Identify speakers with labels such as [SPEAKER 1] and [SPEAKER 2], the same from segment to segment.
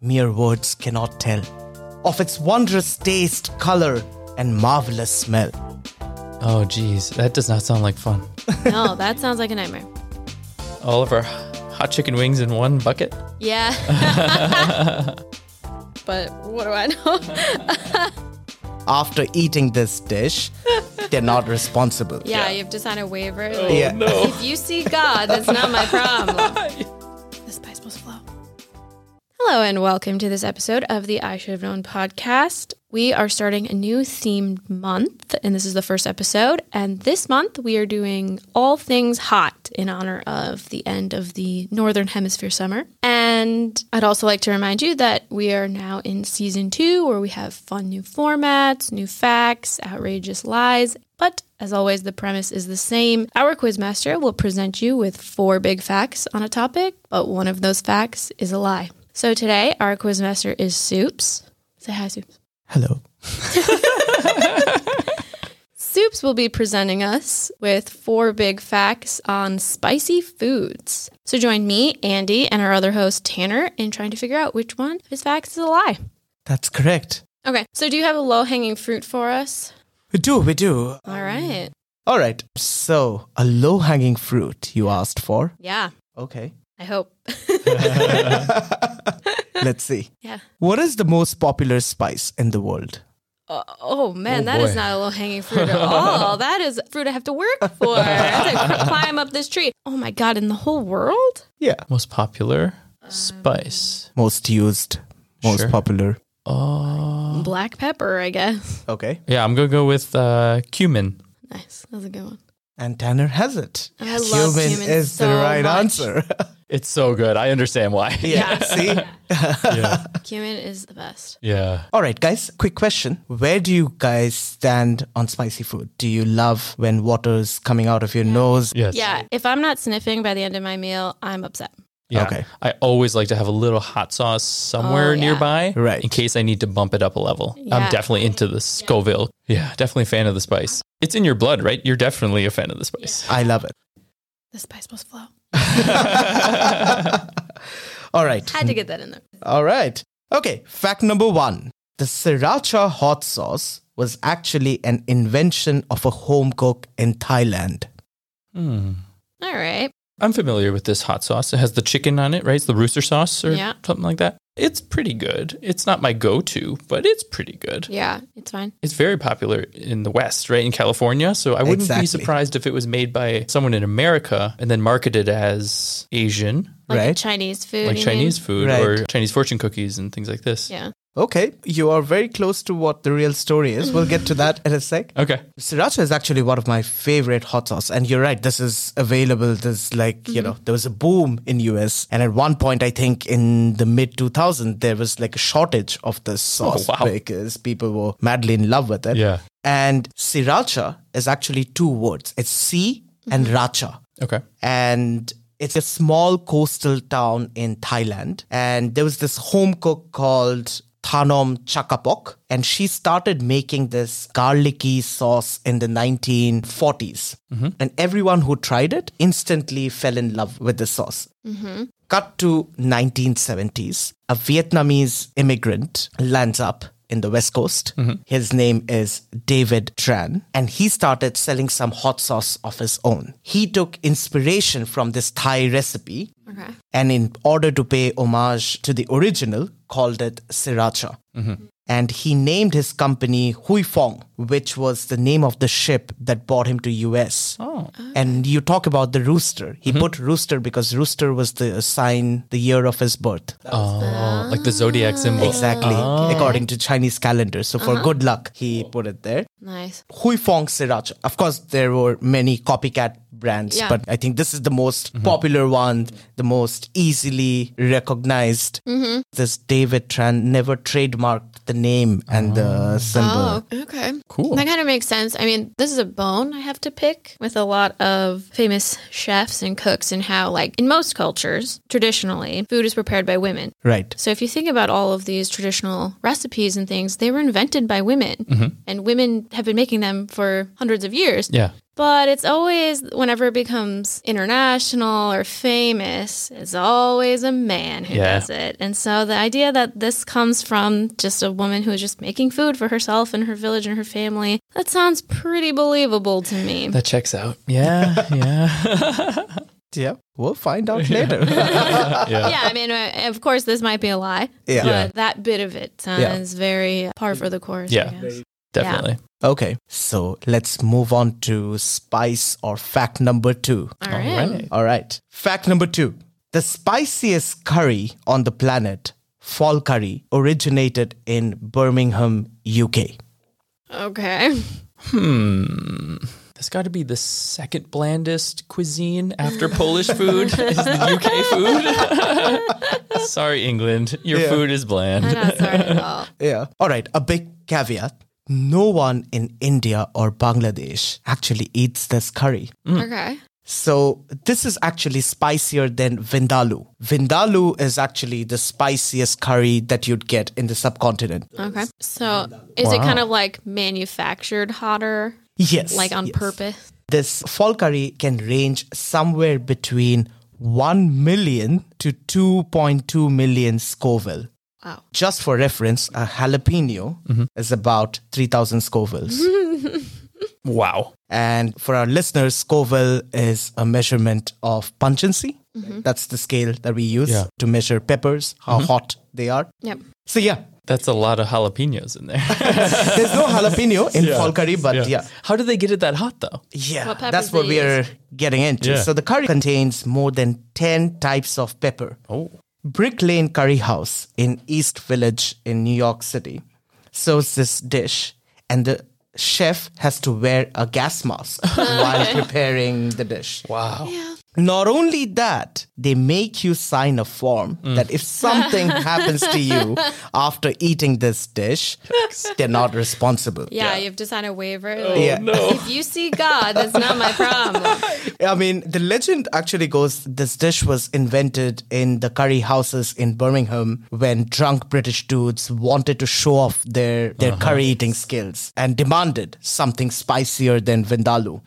[SPEAKER 1] mere words cannot tell of its wondrous taste, color, and marvelous smell.
[SPEAKER 2] Oh, geez. That does not sound like fun.
[SPEAKER 3] No, that sounds like a nightmare.
[SPEAKER 2] All of our hot chicken wings in one bucket?
[SPEAKER 3] Yeah. but what do I know?
[SPEAKER 1] After eating this dish, they're not responsible.
[SPEAKER 3] Yeah, Oh, you have to sign a waiver. Like,
[SPEAKER 1] Yeah.
[SPEAKER 3] If you see God, that's not my problem. the spice must flow. Hello, and welcome to this episode of the I Should Have Known podcast. We are starting a new themed month, and this is the first episode. And this month, we are doing all things hot in honor of the end of the Northern Hemisphere summer. And I'd also like to remind you that we are now in season two, where we have fun new formats, new facts, outrageous lies, but as always, the premise is the same. Our quizmaster will present you with four big facts on a topic, but one of those facts is a lie. So today, our quizmaster is Soups. Say hi, Soups.
[SPEAKER 1] Hello.
[SPEAKER 3] Soups will be presenting us with four big facts on spicy foods. So join me, Andy, and our other host, Tanner, in trying to figure out which one of his facts is a lie.
[SPEAKER 1] That's correct.
[SPEAKER 3] Okay, so do you have a low hanging fruit for us?
[SPEAKER 1] We do, we do.
[SPEAKER 3] All
[SPEAKER 2] Mm.
[SPEAKER 3] right.
[SPEAKER 1] All right. So, a low hanging fruit you asked for.
[SPEAKER 3] Yeah,
[SPEAKER 1] Okay.
[SPEAKER 3] I hope.
[SPEAKER 1] Let's see.
[SPEAKER 3] yeah.
[SPEAKER 1] What is the most popular spice in the world?
[SPEAKER 3] Oh, oh man,
[SPEAKER 2] Oh,
[SPEAKER 3] that is
[SPEAKER 2] boy.
[SPEAKER 3] not a low hanging fruit at all. that is fruit I have to work for. I have to climb up this tree. Oh my god, in the whole world?
[SPEAKER 1] Yeah.
[SPEAKER 2] Most popular? Spice.
[SPEAKER 1] Most used, most
[SPEAKER 2] Sure.
[SPEAKER 1] popular.
[SPEAKER 2] Oh.
[SPEAKER 3] Black pepper, I guess.
[SPEAKER 1] Okay.
[SPEAKER 2] Yeah, I'm going to go with uh, cumin.
[SPEAKER 3] Nice. That's a good one.
[SPEAKER 1] And Tanner has it.
[SPEAKER 3] I love
[SPEAKER 1] Cumin
[SPEAKER 3] cumin
[SPEAKER 1] is the
[SPEAKER 3] so
[SPEAKER 1] right
[SPEAKER 3] much.
[SPEAKER 1] answer.
[SPEAKER 2] It's so good. I understand why.
[SPEAKER 1] yeah. See?
[SPEAKER 2] yeah.
[SPEAKER 3] Cumin is the best.
[SPEAKER 2] Yeah.
[SPEAKER 1] All right, guys, quick question. Where do you guys stand on spicy food? Do you love when water's coming out of your nose?
[SPEAKER 2] Yes.
[SPEAKER 3] Yeah, if I'm not sniffing by the end of my meal, I'm upset.
[SPEAKER 2] Yeah.
[SPEAKER 1] Okay.
[SPEAKER 2] I always like to have a little hot sauce somewhere
[SPEAKER 3] Oh, yeah.
[SPEAKER 2] nearby,
[SPEAKER 1] Right.
[SPEAKER 2] In case I need to bump it up a level.
[SPEAKER 3] Yeah.
[SPEAKER 2] I'm definitely into the Scoville. Yeah, definitely a fan of the spice. It's in your blood, right? You're definitely a fan of the spice.
[SPEAKER 1] I love it.
[SPEAKER 3] The spice must flow.
[SPEAKER 1] All right.
[SPEAKER 3] Had to get that in there.
[SPEAKER 1] All right. Okay, fact number one the sriracha hot sauce was actually an invention of a home cook in Thailand.
[SPEAKER 2] Hmm.
[SPEAKER 3] All right.
[SPEAKER 2] I'm familiar with this hot sauce. It has the chicken on it, right? It's the rooster sauce or
[SPEAKER 3] Yeah.
[SPEAKER 2] something like that. It's pretty good. It's not my go to, but it's pretty good.
[SPEAKER 3] Yeah, it's fine.
[SPEAKER 2] It's very popular in the West, right? In California. So I wouldn't
[SPEAKER 1] Exactly.
[SPEAKER 2] be surprised if it was made by someone in America and then marketed as Asian,
[SPEAKER 3] Like
[SPEAKER 1] Right.
[SPEAKER 3] Chinese food.
[SPEAKER 2] like
[SPEAKER 3] you
[SPEAKER 2] Chinese food or
[SPEAKER 1] Right.
[SPEAKER 2] Chinese fortune cookies and things like this.
[SPEAKER 3] mean? Yeah.
[SPEAKER 1] Okay, you are very close to what the real story is. We'll get to that in a sec.
[SPEAKER 2] Okay.
[SPEAKER 1] Sriracha is actually one of my favorite hot sauce, and you're right. This is available. There's like you know
[SPEAKER 2] Mm-hmm.
[SPEAKER 1] there was a boom in US, and at one point I think in the mid 2000 there was like a shortage of this sauce
[SPEAKER 2] Oh, wow.
[SPEAKER 1] because people were madly in love with it.
[SPEAKER 2] Yeah.
[SPEAKER 1] And sriracha is actually two words. It's C and
[SPEAKER 2] Mm-hmm.
[SPEAKER 1] racha
[SPEAKER 2] Okay.
[SPEAKER 1] and it's a small coastal town in Thailand. And there was this home cook called Thanom Chakapok, and she started making this garlicky sauce in the 1940s. And everyone who tried it instantly fell in love with the sauce. Cut to 1970s, a Vietnamese immigrant lands up in the West Coast. His name is David Tran, and he started selling some hot sauce of his own. He took inspiration from this Thai recipe
[SPEAKER 3] Okay.
[SPEAKER 1] and, in order to pay homage to the original, called it Sriracha. And he named his company Hui Fong, which was the name of the ship that brought him to US.
[SPEAKER 2] Oh.
[SPEAKER 1] And you talk about the rooster. He put rooster because rooster was the sign, the year of his birth.
[SPEAKER 2] Oh, like the zodiac symbol.
[SPEAKER 1] Exactly, according to Chinese calendar. So for good luck, he put it there.
[SPEAKER 3] Nice.
[SPEAKER 1] Hui Fong Sriracha. Of course, there were many copycat brands,
[SPEAKER 3] Yeah.
[SPEAKER 1] but I think this is the most popular one, the most easily recognized. This David Tran never trademarked the name and the symbol.
[SPEAKER 3] Oh, okay.
[SPEAKER 2] Cool.
[SPEAKER 3] That kind of makes sense. I mean, this is a bone I have to pick with a lot of famous chefs and cooks, and how, like, in most cultures, traditionally, food is prepared by women.
[SPEAKER 1] Right.
[SPEAKER 3] So, if you think about all of these traditional recipes
[SPEAKER 2] Mm-hmm.
[SPEAKER 3] and things, they were invented by women, and women have been making them for hundreds of years.
[SPEAKER 2] Yeah.
[SPEAKER 3] But it's always, whenever it becomes international or famous, it's always a man who
[SPEAKER 2] Yeah.
[SPEAKER 3] does it. And so the idea that this comes from just a woman who is just making food for herself and her village and her family, that sounds pretty believable to me.
[SPEAKER 2] That checks out. Yeah, yeah.
[SPEAKER 1] Yeah, we'll find out later.
[SPEAKER 3] yeah, I mean, uh, of course, this might be a lie,
[SPEAKER 1] Yeah.
[SPEAKER 3] but
[SPEAKER 2] Yeah.
[SPEAKER 3] that bit of it sounds very par for the course. I
[SPEAKER 2] Yeah.
[SPEAKER 3] guess.
[SPEAKER 2] Definitely.
[SPEAKER 1] okay, so let's move on to spice or fact number two.
[SPEAKER 3] All right.
[SPEAKER 1] All right. Fact number two the spiciest curry on the planet, fall curry, originated in Birmingham, UK.
[SPEAKER 3] Okay.
[SPEAKER 2] Hmm. That's got to be the second blandest cuisine after Polish food is the UK food. Sorry, England. Your
[SPEAKER 1] Yeah.
[SPEAKER 2] food is
[SPEAKER 3] I'm
[SPEAKER 2] bland.
[SPEAKER 3] not sorry at all.
[SPEAKER 1] Yeah. All right. A big caveat no one in India or Bangladesh actually eats this curry.
[SPEAKER 2] Mm.
[SPEAKER 3] Okay.
[SPEAKER 1] So this is actually spicier than Vindaloo. Vindaloo is actually the spiciest curry that you'd get in the subcontinent.
[SPEAKER 3] Okay. So is it kind of like manufactured hotter,
[SPEAKER 1] Yes.
[SPEAKER 3] like on
[SPEAKER 1] yes.
[SPEAKER 3] purpose?
[SPEAKER 1] This fall curry can range somewhere between 1 million to 2.2 million Scoville.
[SPEAKER 3] Wow.
[SPEAKER 1] Just for reference, a jalapeno
[SPEAKER 3] Mm-hmm.
[SPEAKER 1] is about 3,000 Scovilles.
[SPEAKER 2] Wow.
[SPEAKER 1] And for our listeners, Scoville is a measurement of pungency. That's the scale that we use
[SPEAKER 2] Yeah. Mm-hmm.
[SPEAKER 1] to measure peppers, how hot they are.
[SPEAKER 3] Yep.
[SPEAKER 1] So, yeah,
[SPEAKER 2] That's a lot of jalapenos in there.
[SPEAKER 1] there's no jalapeno in
[SPEAKER 2] Yeah.
[SPEAKER 1] fall curry, but yeah.
[SPEAKER 2] How do they get it that hot though?
[SPEAKER 1] Yeah,
[SPEAKER 3] What peppers
[SPEAKER 1] that's what
[SPEAKER 3] they
[SPEAKER 1] we're getting into.
[SPEAKER 2] Yeah.
[SPEAKER 1] So the curry contains more than 10 types of pepper.
[SPEAKER 2] Oh.
[SPEAKER 1] Brick Lane Curry House in East Village in New York City serves this dish, and the chef has to wear a gas mask while preparing the dish.
[SPEAKER 2] Wow.
[SPEAKER 1] Not only that, they make you sign a form
[SPEAKER 2] Mm.
[SPEAKER 1] that if something happens to you after eating this dish, they're not responsible.
[SPEAKER 3] Yeah, you have to sign a waiver. like,
[SPEAKER 1] Yeah.
[SPEAKER 2] Oh, No.
[SPEAKER 3] If you see God, that's not my problem.
[SPEAKER 1] I mean, the legend actually goes this dish was invented in the curry houses in Birmingham when drunk British dudes wanted to show off their, their curry eating skills and demanded something spicier than Vindaloo.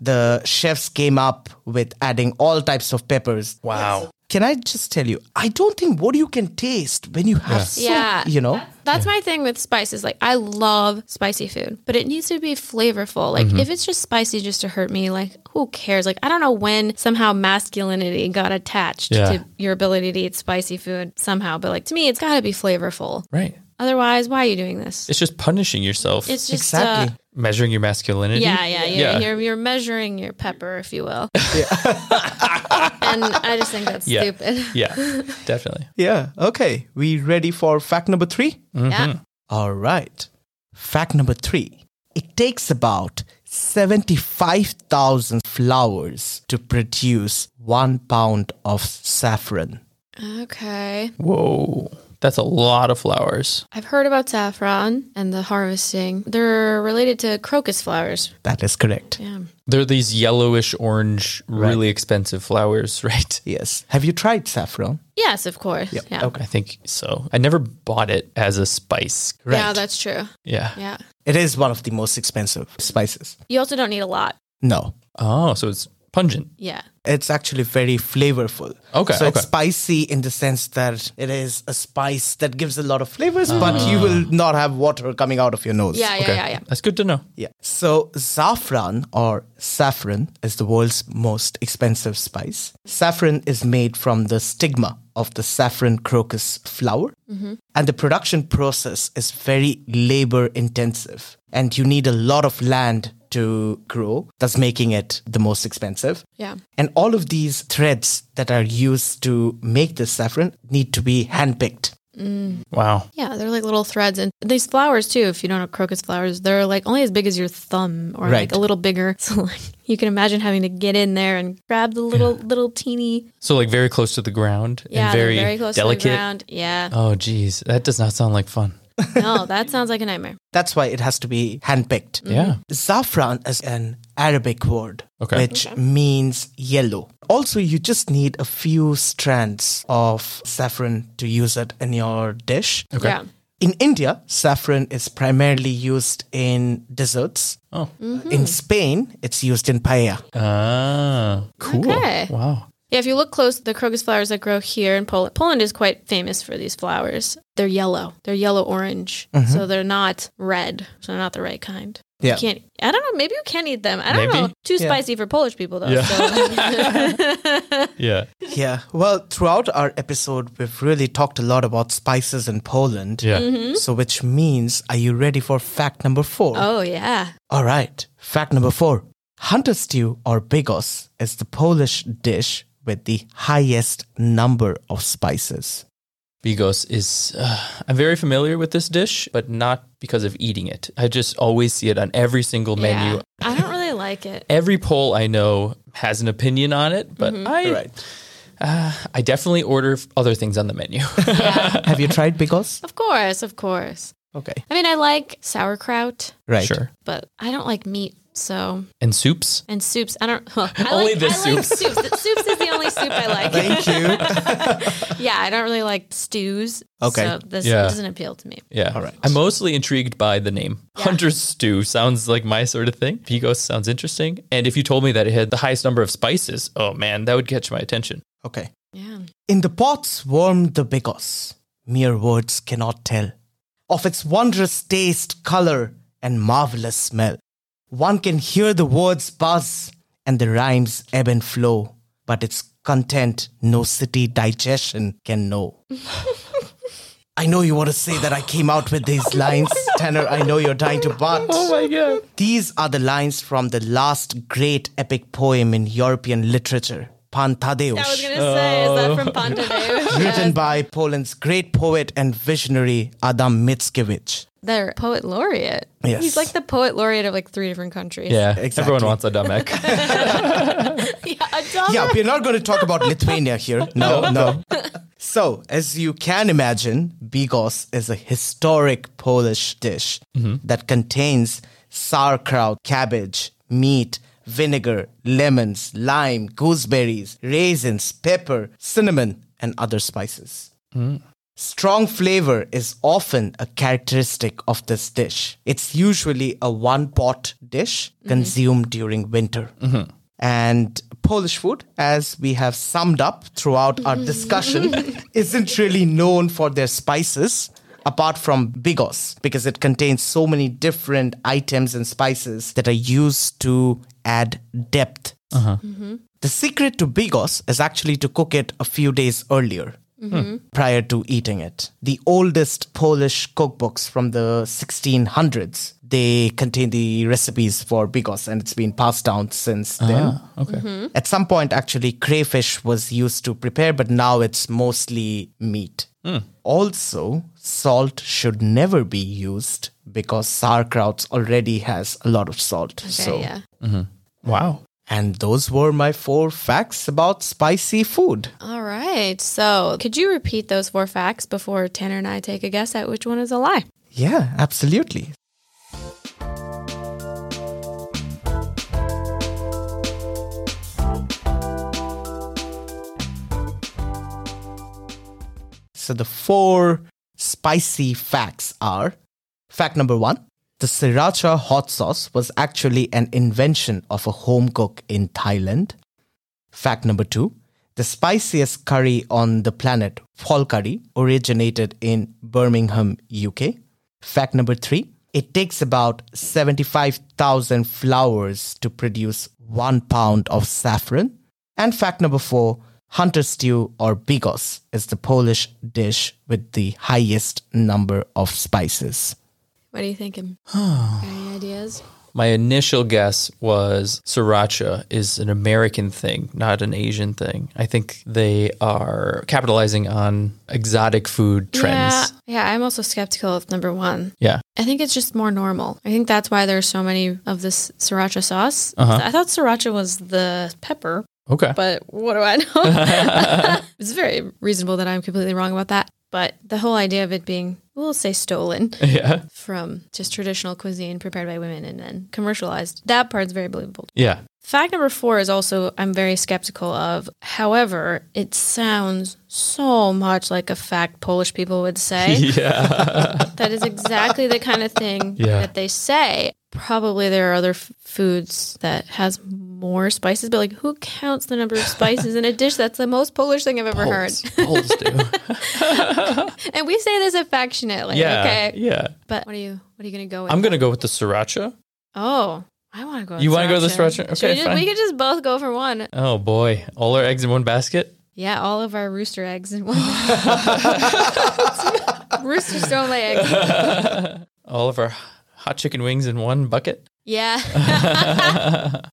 [SPEAKER 1] the chefs came up with adding all types of peppers.
[SPEAKER 2] Wow.
[SPEAKER 1] Can I just tell you, I don't think what you can taste when you have, so,
[SPEAKER 3] Yeah.
[SPEAKER 1] you know?
[SPEAKER 3] That's my thing with spices. Like, I love spicy food, but it needs to be flavorful.
[SPEAKER 2] Mm-hmm.
[SPEAKER 3] Like, if it's just spicy just to hurt me, like, who cares? Like, I don't know when somehow masculinity got attached
[SPEAKER 2] Yeah.
[SPEAKER 3] to your ability to eat spicy food somehow, but like, to me, it's got to be flavorful.
[SPEAKER 2] Right.
[SPEAKER 3] Otherwise, why are you doing this?
[SPEAKER 2] It's just punishing yourself.
[SPEAKER 3] It's just.
[SPEAKER 1] Exactly.
[SPEAKER 3] Uh,
[SPEAKER 2] measuring your masculinity.
[SPEAKER 3] yeah, yeah, you're,
[SPEAKER 2] Mm-hmm. Yeah.
[SPEAKER 3] You're, you're measuring your pepper, if you will. and I just think that's
[SPEAKER 2] Yeah.
[SPEAKER 3] stupid.
[SPEAKER 2] Yeah. Definitely.
[SPEAKER 1] Yeah. Okay. We ready for fact number three?
[SPEAKER 2] Mm-hmm.
[SPEAKER 3] Yeah.
[SPEAKER 1] All right. Fact number three it takes about 75,000 flowers to produce one pound of saffron.
[SPEAKER 3] Okay.
[SPEAKER 2] Whoa. That's a lot of flowers.
[SPEAKER 3] I've heard about saffron and the harvesting. They're related to crocus flowers.
[SPEAKER 1] That is correct.
[SPEAKER 3] Yeah.
[SPEAKER 2] They're these yellowish orange, really expensive flowers, right?
[SPEAKER 1] Yes. Have you tried saffron?
[SPEAKER 3] Yes, of course. Yeah.
[SPEAKER 2] I think so. I never bought it as a spice.
[SPEAKER 3] Yeah, that's true.
[SPEAKER 2] Yeah.
[SPEAKER 3] Yeah.
[SPEAKER 1] It is one of the most expensive spices.
[SPEAKER 3] You also don't need a lot.
[SPEAKER 1] No.
[SPEAKER 2] Oh, so it's pungent.
[SPEAKER 3] Yeah.
[SPEAKER 1] It's actually very flavorful.
[SPEAKER 2] Okay,
[SPEAKER 1] So it's
[SPEAKER 2] okay.
[SPEAKER 1] spicy in the sense that it is a spice that gives a lot of flavors,
[SPEAKER 2] Ah.
[SPEAKER 1] but you will not have water coming out of your nose.
[SPEAKER 3] Yeah, yeah, yeah, yeah.
[SPEAKER 2] That's good to know.
[SPEAKER 1] Yeah. So saffron or saffron is the world's most expensive spice. Saffron is made from the stigma of the saffron crocus flower. And the production process is very labor intensive. And you need a lot of land to grow, thus making it the most expensive.
[SPEAKER 3] Yeah.
[SPEAKER 1] And all of these threads that are used to make the saffron need to be handpicked.
[SPEAKER 2] Wow.
[SPEAKER 3] Yeah, they're like little threads. And these flowers, too, if you don't know crocus flowers, they're like only as big as your thumb or
[SPEAKER 1] Right.
[SPEAKER 3] like a little bigger. So, like, you can imagine having to get in there and grab the little, little teeny.
[SPEAKER 2] So like very close to the ground
[SPEAKER 3] Yeah,
[SPEAKER 2] and
[SPEAKER 3] they're
[SPEAKER 2] very,
[SPEAKER 3] very close
[SPEAKER 2] delicate.
[SPEAKER 3] to the ground. Yeah.
[SPEAKER 2] Oh geez, that does not sound like fun.
[SPEAKER 3] No, that sounds like a nightmare.
[SPEAKER 1] That's why it has to be handpicked.
[SPEAKER 2] Yeah.
[SPEAKER 1] Saffron is an Arabic word,
[SPEAKER 2] Okay.
[SPEAKER 1] which means yellow. Also, you just need a few strands of saffron to use it in your dish.
[SPEAKER 2] Okay.
[SPEAKER 3] Yeah.
[SPEAKER 1] In India, saffron is primarily used in desserts.
[SPEAKER 2] Oh.
[SPEAKER 1] In Spain, it's used in paella.
[SPEAKER 2] Ah, cool.
[SPEAKER 3] Mm-hmm. Okay.
[SPEAKER 2] Wow.
[SPEAKER 3] Yeah, if you look close, the crocus flowers that grow here in Poland, Poland is quite famous for these flowers. They're yellow, they're yellow orange,
[SPEAKER 2] Mm-hmm.
[SPEAKER 3] so they're not red, so they're not the right kind.
[SPEAKER 1] Yeah.
[SPEAKER 3] You can't. I don't know. Maybe you can eat them. I don't
[SPEAKER 2] Maybe.
[SPEAKER 3] know. Too
[SPEAKER 1] Yeah.
[SPEAKER 3] spicy for Polish people, though.
[SPEAKER 2] Yeah.
[SPEAKER 3] So.
[SPEAKER 2] Yeah.
[SPEAKER 1] Yeah. Well, throughout our episode, we've really talked a lot about spices in Poland.
[SPEAKER 2] Yeah.
[SPEAKER 3] Mm-hmm.
[SPEAKER 1] So, which means, are you ready for fact number four?
[SPEAKER 3] oh yeah.
[SPEAKER 1] All right. Fact number four Hunter stew or bigos is the Polish dish with the highest number of spices.
[SPEAKER 2] Bigos is, uh, I'm very familiar with this dish, but not because of eating it. I just always see it on every single menu.
[SPEAKER 3] Yeah. I don't really like it.
[SPEAKER 2] Every poll I know has an opinion on it, but
[SPEAKER 3] Mm-hmm.
[SPEAKER 2] I, I definitely order f- other things on the menu.
[SPEAKER 3] Yeah.
[SPEAKER 1] Have you tried bigos?
[SPEAKER 3] of course, of course.
[SPEAKER 1] Okay.
[SPEAKER 3] I mean, I like sauerkraut,
[SPEAKER 1] Right.
[SPEAKER 2] Sure.
[SPEAKER 3] but I don't like meat. So
[SPEAKER 2] And soups.
[SPEAKER 3] and soups. I don't. Well, I
[SPEAKER 2] Only
[SPEAKER 3] like,
[SPEAKER 2] the
[SPEAKER 3] I Like
[SPEAKER 2] soups.
[SPEAKER 3] soups. The- soups is the only soup I like.
[SPEAKER 1] Thank you.
[SPEAKER 3] yeah, I don't really like stews.
[SPEAKER 1] Okay.
[SPEAKER 3] So this
[SPEAKER 2] Yeah.
[SPEAKER 3] doesn't appeal to me.
[SPEAKER 2] Yeah.
[SPEAKER 1] All right.
[SPEAKER 2] I'm mostly intrigued by the name.
[SPEAKER 3] Yeah.
[SPEAKER 2] Hunter's Stew sounds like my sort of thing. Pigos sounds interesting. And if you told me that it had the highest number of spices, oh man, that would catch my attention.
[SPEAKER 1] Okay.
[SPEAKER 3] Yeah.
[SPEAKER 1] In the pots warmed the bigos, mere words cannot tell. Of its wondrous taste, color, and marvelous smell. One can hear the words buzz and the rhymes ebb and flow, but its content no city digestion can know. I know you want to say that I came out with these lines, Tanner. I know you're dying to butt.
[SPEAKER 2] my God.
[SPEAKER 1] These are the lines from the last great epic poem in European literature, Pantadeusz
[SPEAKER 3] I was gonna say, is that from
[SPEAKER 2] Oh.
[SPEAKER 3] Ponte
[SPEAKER 1] written by Poland's great poet and visionary Adam Mickiewicz.
[SPEAKER 3] They're poet laureate.
[SPEAKER 1] Yes.
[SPEAKER 3] He's like the poet laureate of like three different countries.
[SPEAKER 2] Yeah.
[SPEAKER 1] Exactly.
[SPEAKER 2] Everyone wants a dumb egg.
[SPEAKER 3] yeah a dollar.
[SPEAKER 1] Yeah, we're not going to talk about Lithuania here. No, no. So, as you can imagine, bigos is a historic Polish dish that contains sauerkraut, cabbage, meat, vinegar, lemons, lime, gooseberries, raisins, pepper, cinnamon, and other spices. Strong flavor is often a characteristic of this dish. It's usually a one pot dish consumed during winter. And Polish food, as we have summed up throughout our discussion, isn't really known for their spices apart from bigos because it contains so many different items and spices that are used to add depth. The secret to bigos is actually to cook it a few days earlier
[SPEAKER 3] Mm-hmm.
[SPEAKER 1] prior to eating it. The oldest Polish cookbooks from the 1600s, they contain the recipes for bigos and it's been passed down since then.
[SPEAKER 2] okay.
[SPEAKER 3] Mm-hmm.
[SPEAKER 1] At some point, actually, crayfish was used to prepare, but now it's mostly meat. Also, salt should never be used because sauerkraut already has a lot of salt.
[SPEAKER 3] Okay,
[SPEAKER 1] so,
[SPEAKER 3] yeah.
[SPEAKER 2] Wow.
[SPEAKER 1] and those were my four facts about spicy food.
[SPEAKER 3] All right. So could you repeat those four facts before Tanner and I take a guess at which one is a lie?
[SPEAKER 1] Yeah, absolutely. So the four spicy facts are fact number one the sriracha hot sauce was actually an invention of a home cook in Thailand. Fact number two the spiciest curry on the planet, fall curry, originated in Birmingham, UK. Fact number three it takes about 75,000 flowers to produce one pound of saffron. And fact number four hunter stew or bigos is the Polish dish with the highest number of spices.
[SPEAKER 3] What are you thinking? Any ideas?
[SPEAKER 2] My initial guess was sriracha is an American thing, not an Asian thing. I think they are capitalizing on exotic food trends.
[SPEAKER 3] Yeah. yeah, I'm also skeptical of number one.
[SPEAKER 2] Yeah.
[SPEAKER 3] I think it's just more normal. I think that's why there's so many of this sriracha sauce.
[SPEAKER 1] Uh-huh.
[SPEAKER 3] I thought sriracha was the pepper,
[SPEAKER 2] Okay.
[SPEAKER 3] but what do I know? it's very reasonable that I'm completely wrong about that. But the whole idea of it being, we'll say stolen
[SPEAKER 2] yeah.
[SPEAKER 3] from just traditional cuisine prepared by women and then commercialized, that part's very believable.
[SPEAKER 2] Yeah.
[SPEAKER 3] Fact number four is also I'm very skeptical of. However, it sounds so much like a fact Polish people would say. that is exactly the kind of thing
[SPEAKER 2] Yeah.
[SPEAKER 3] that they say. Probably there are other f- foods that has more spices, but like who counts the number of spices in a dish? That's the most Polish thing I've ever
[SPEAKER 2] Poles, Poles do.
[SPEAKER 3] heard. And we say this affectionately.
[SPEAKER 2] yeah.
[SPEAKER 3] Okay.
[SPEAKER 2] Yeah.
[SPEAKER 3] But what are you what are you gonna go with?
[SPEAKER 2] I'm going to go with the sriracha.
[SPEAKER 3] oh, I want to go. With
[SPEAKER 2] You wanna go with the sriracha?
[SPEAKER 3] Should we
[SPEAKER 2] Okay,
[SPEAKER 3] just-
[SPEAKER 2] fine.
[SPEAKER 3] we could just both go for one.
[SPEAKER 2] Oh boy. All our eggs in one basket?
[SPEAKER 3] Yeah, all of our rooster eggs in one. Roosters don't lay eggs.
[SPEAKER 2] All of our hot chicken wings in one bucket?
[SPEAKER 3] Yeah.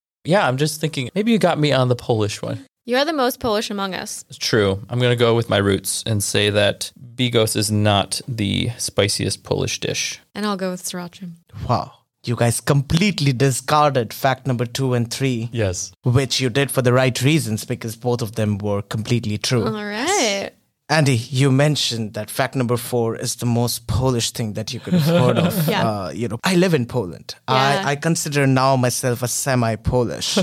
[SPEAKER 2] Yeah, I'm just thinking maybe you got me on the Polish one.
[SPEAKER 3] You are the most Polish among us.
[SPEAKER 2] It's true. I'm going to go with my roots and say that bigos is not the spiciest Polish dish.
[SPEAKER 3] And I'll go with sriracha.
[SPEAKER 1] Wow. You guys completely discarded fact number two and three,
[SPEAKER 2] Yes.
[SPEAKER 1] which you did for the right reasons because both of them were completely true.
[SPEAKER 3] All right.
[SPEAKER 1] Andy, you mentioned that fact number four is the most Polish thing that you could have heard of.
[SPEAKER 3] Yeah.
[SPEAKER 1] Uh, you know, I live in Poland.
[SPEAKER 3] Yeah.
[SPEAKER 1] I, I consider now myself a semi-Polish,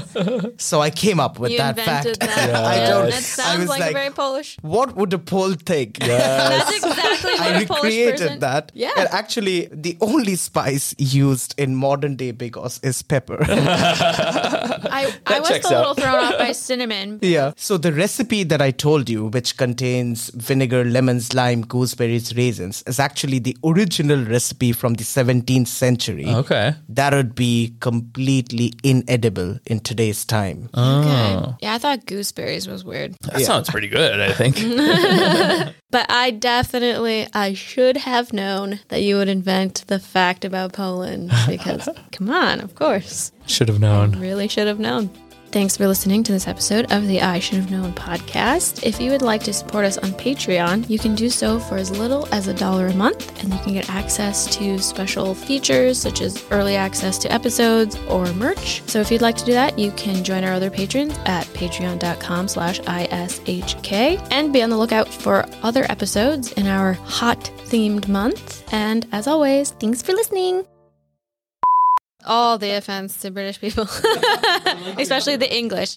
[SPEAKER 1] so I came up with
[SPEAKER 3] You
[SPEAKER 1] that
[SPEAKER 3] invented
[SPEAKER 1] fact.
[SPEAKER 3] that.
[SPEAKER 1] I
[SPEAKER 3] Yeah,
[SPEAKER 1] don't.
[SPEAKER 3] That
[SPEAKER 1] I
[SPEAKER 3] sounds
[SPEAKER 1] was
[SPEAKER 3] like, a very Polish.
[SPEAKER 1] what would a Pole think?
[SPEAKER 3] That's exactly what
[SPEAKER 1] I
[SPEAKER 3] a Polish person.
[SPEAKER 1] recreated that.
[SPEAKER 3] Yeah.
[SPEAKER 1] And actually, the only spice used in modern day bigos is pepper.
[SPEAKER 3] I, I was a
[SPEAKER 2] checks
[SPEAKER 3] little
[SPEAKER 2] out.
[SPEAKER 3] thrown off by cinnamon.
[SPEAKER 1] yeah. So the recipe that I told you, which contains vinegar, lemons, lime, gooseberries, raisins, is actually the original recipe from the 17th century.
[SPEAKER 2] Okay.
[SPEAKER 1] That would be completely inedible in today's time.
[SPEAKER 3] Okay. Yeah, I thought gooseberries was weird.
[SPEAKER 2] That sounds pretty good, I think.
[SPEAKER 3] But I definitely, I should have known that you would invent the fact about Poland because, come on, of course.
[SPEAKER 2] Should have known.
[SPEAKER 3] Really should have known. Thanks for listening to this episode of the I Should Have Known podcast. If you would like to support us on Patreon, you can do so for as little as a dollar a month, and you can get access to special features such as early access to episodes or merch. So if you'd like to do that, you can join our other patrons at patreon.com slash ISHK and be on the lookout for other episodes in our hot themed month. And as always, thanks for listening all the offense to British people, especially the English.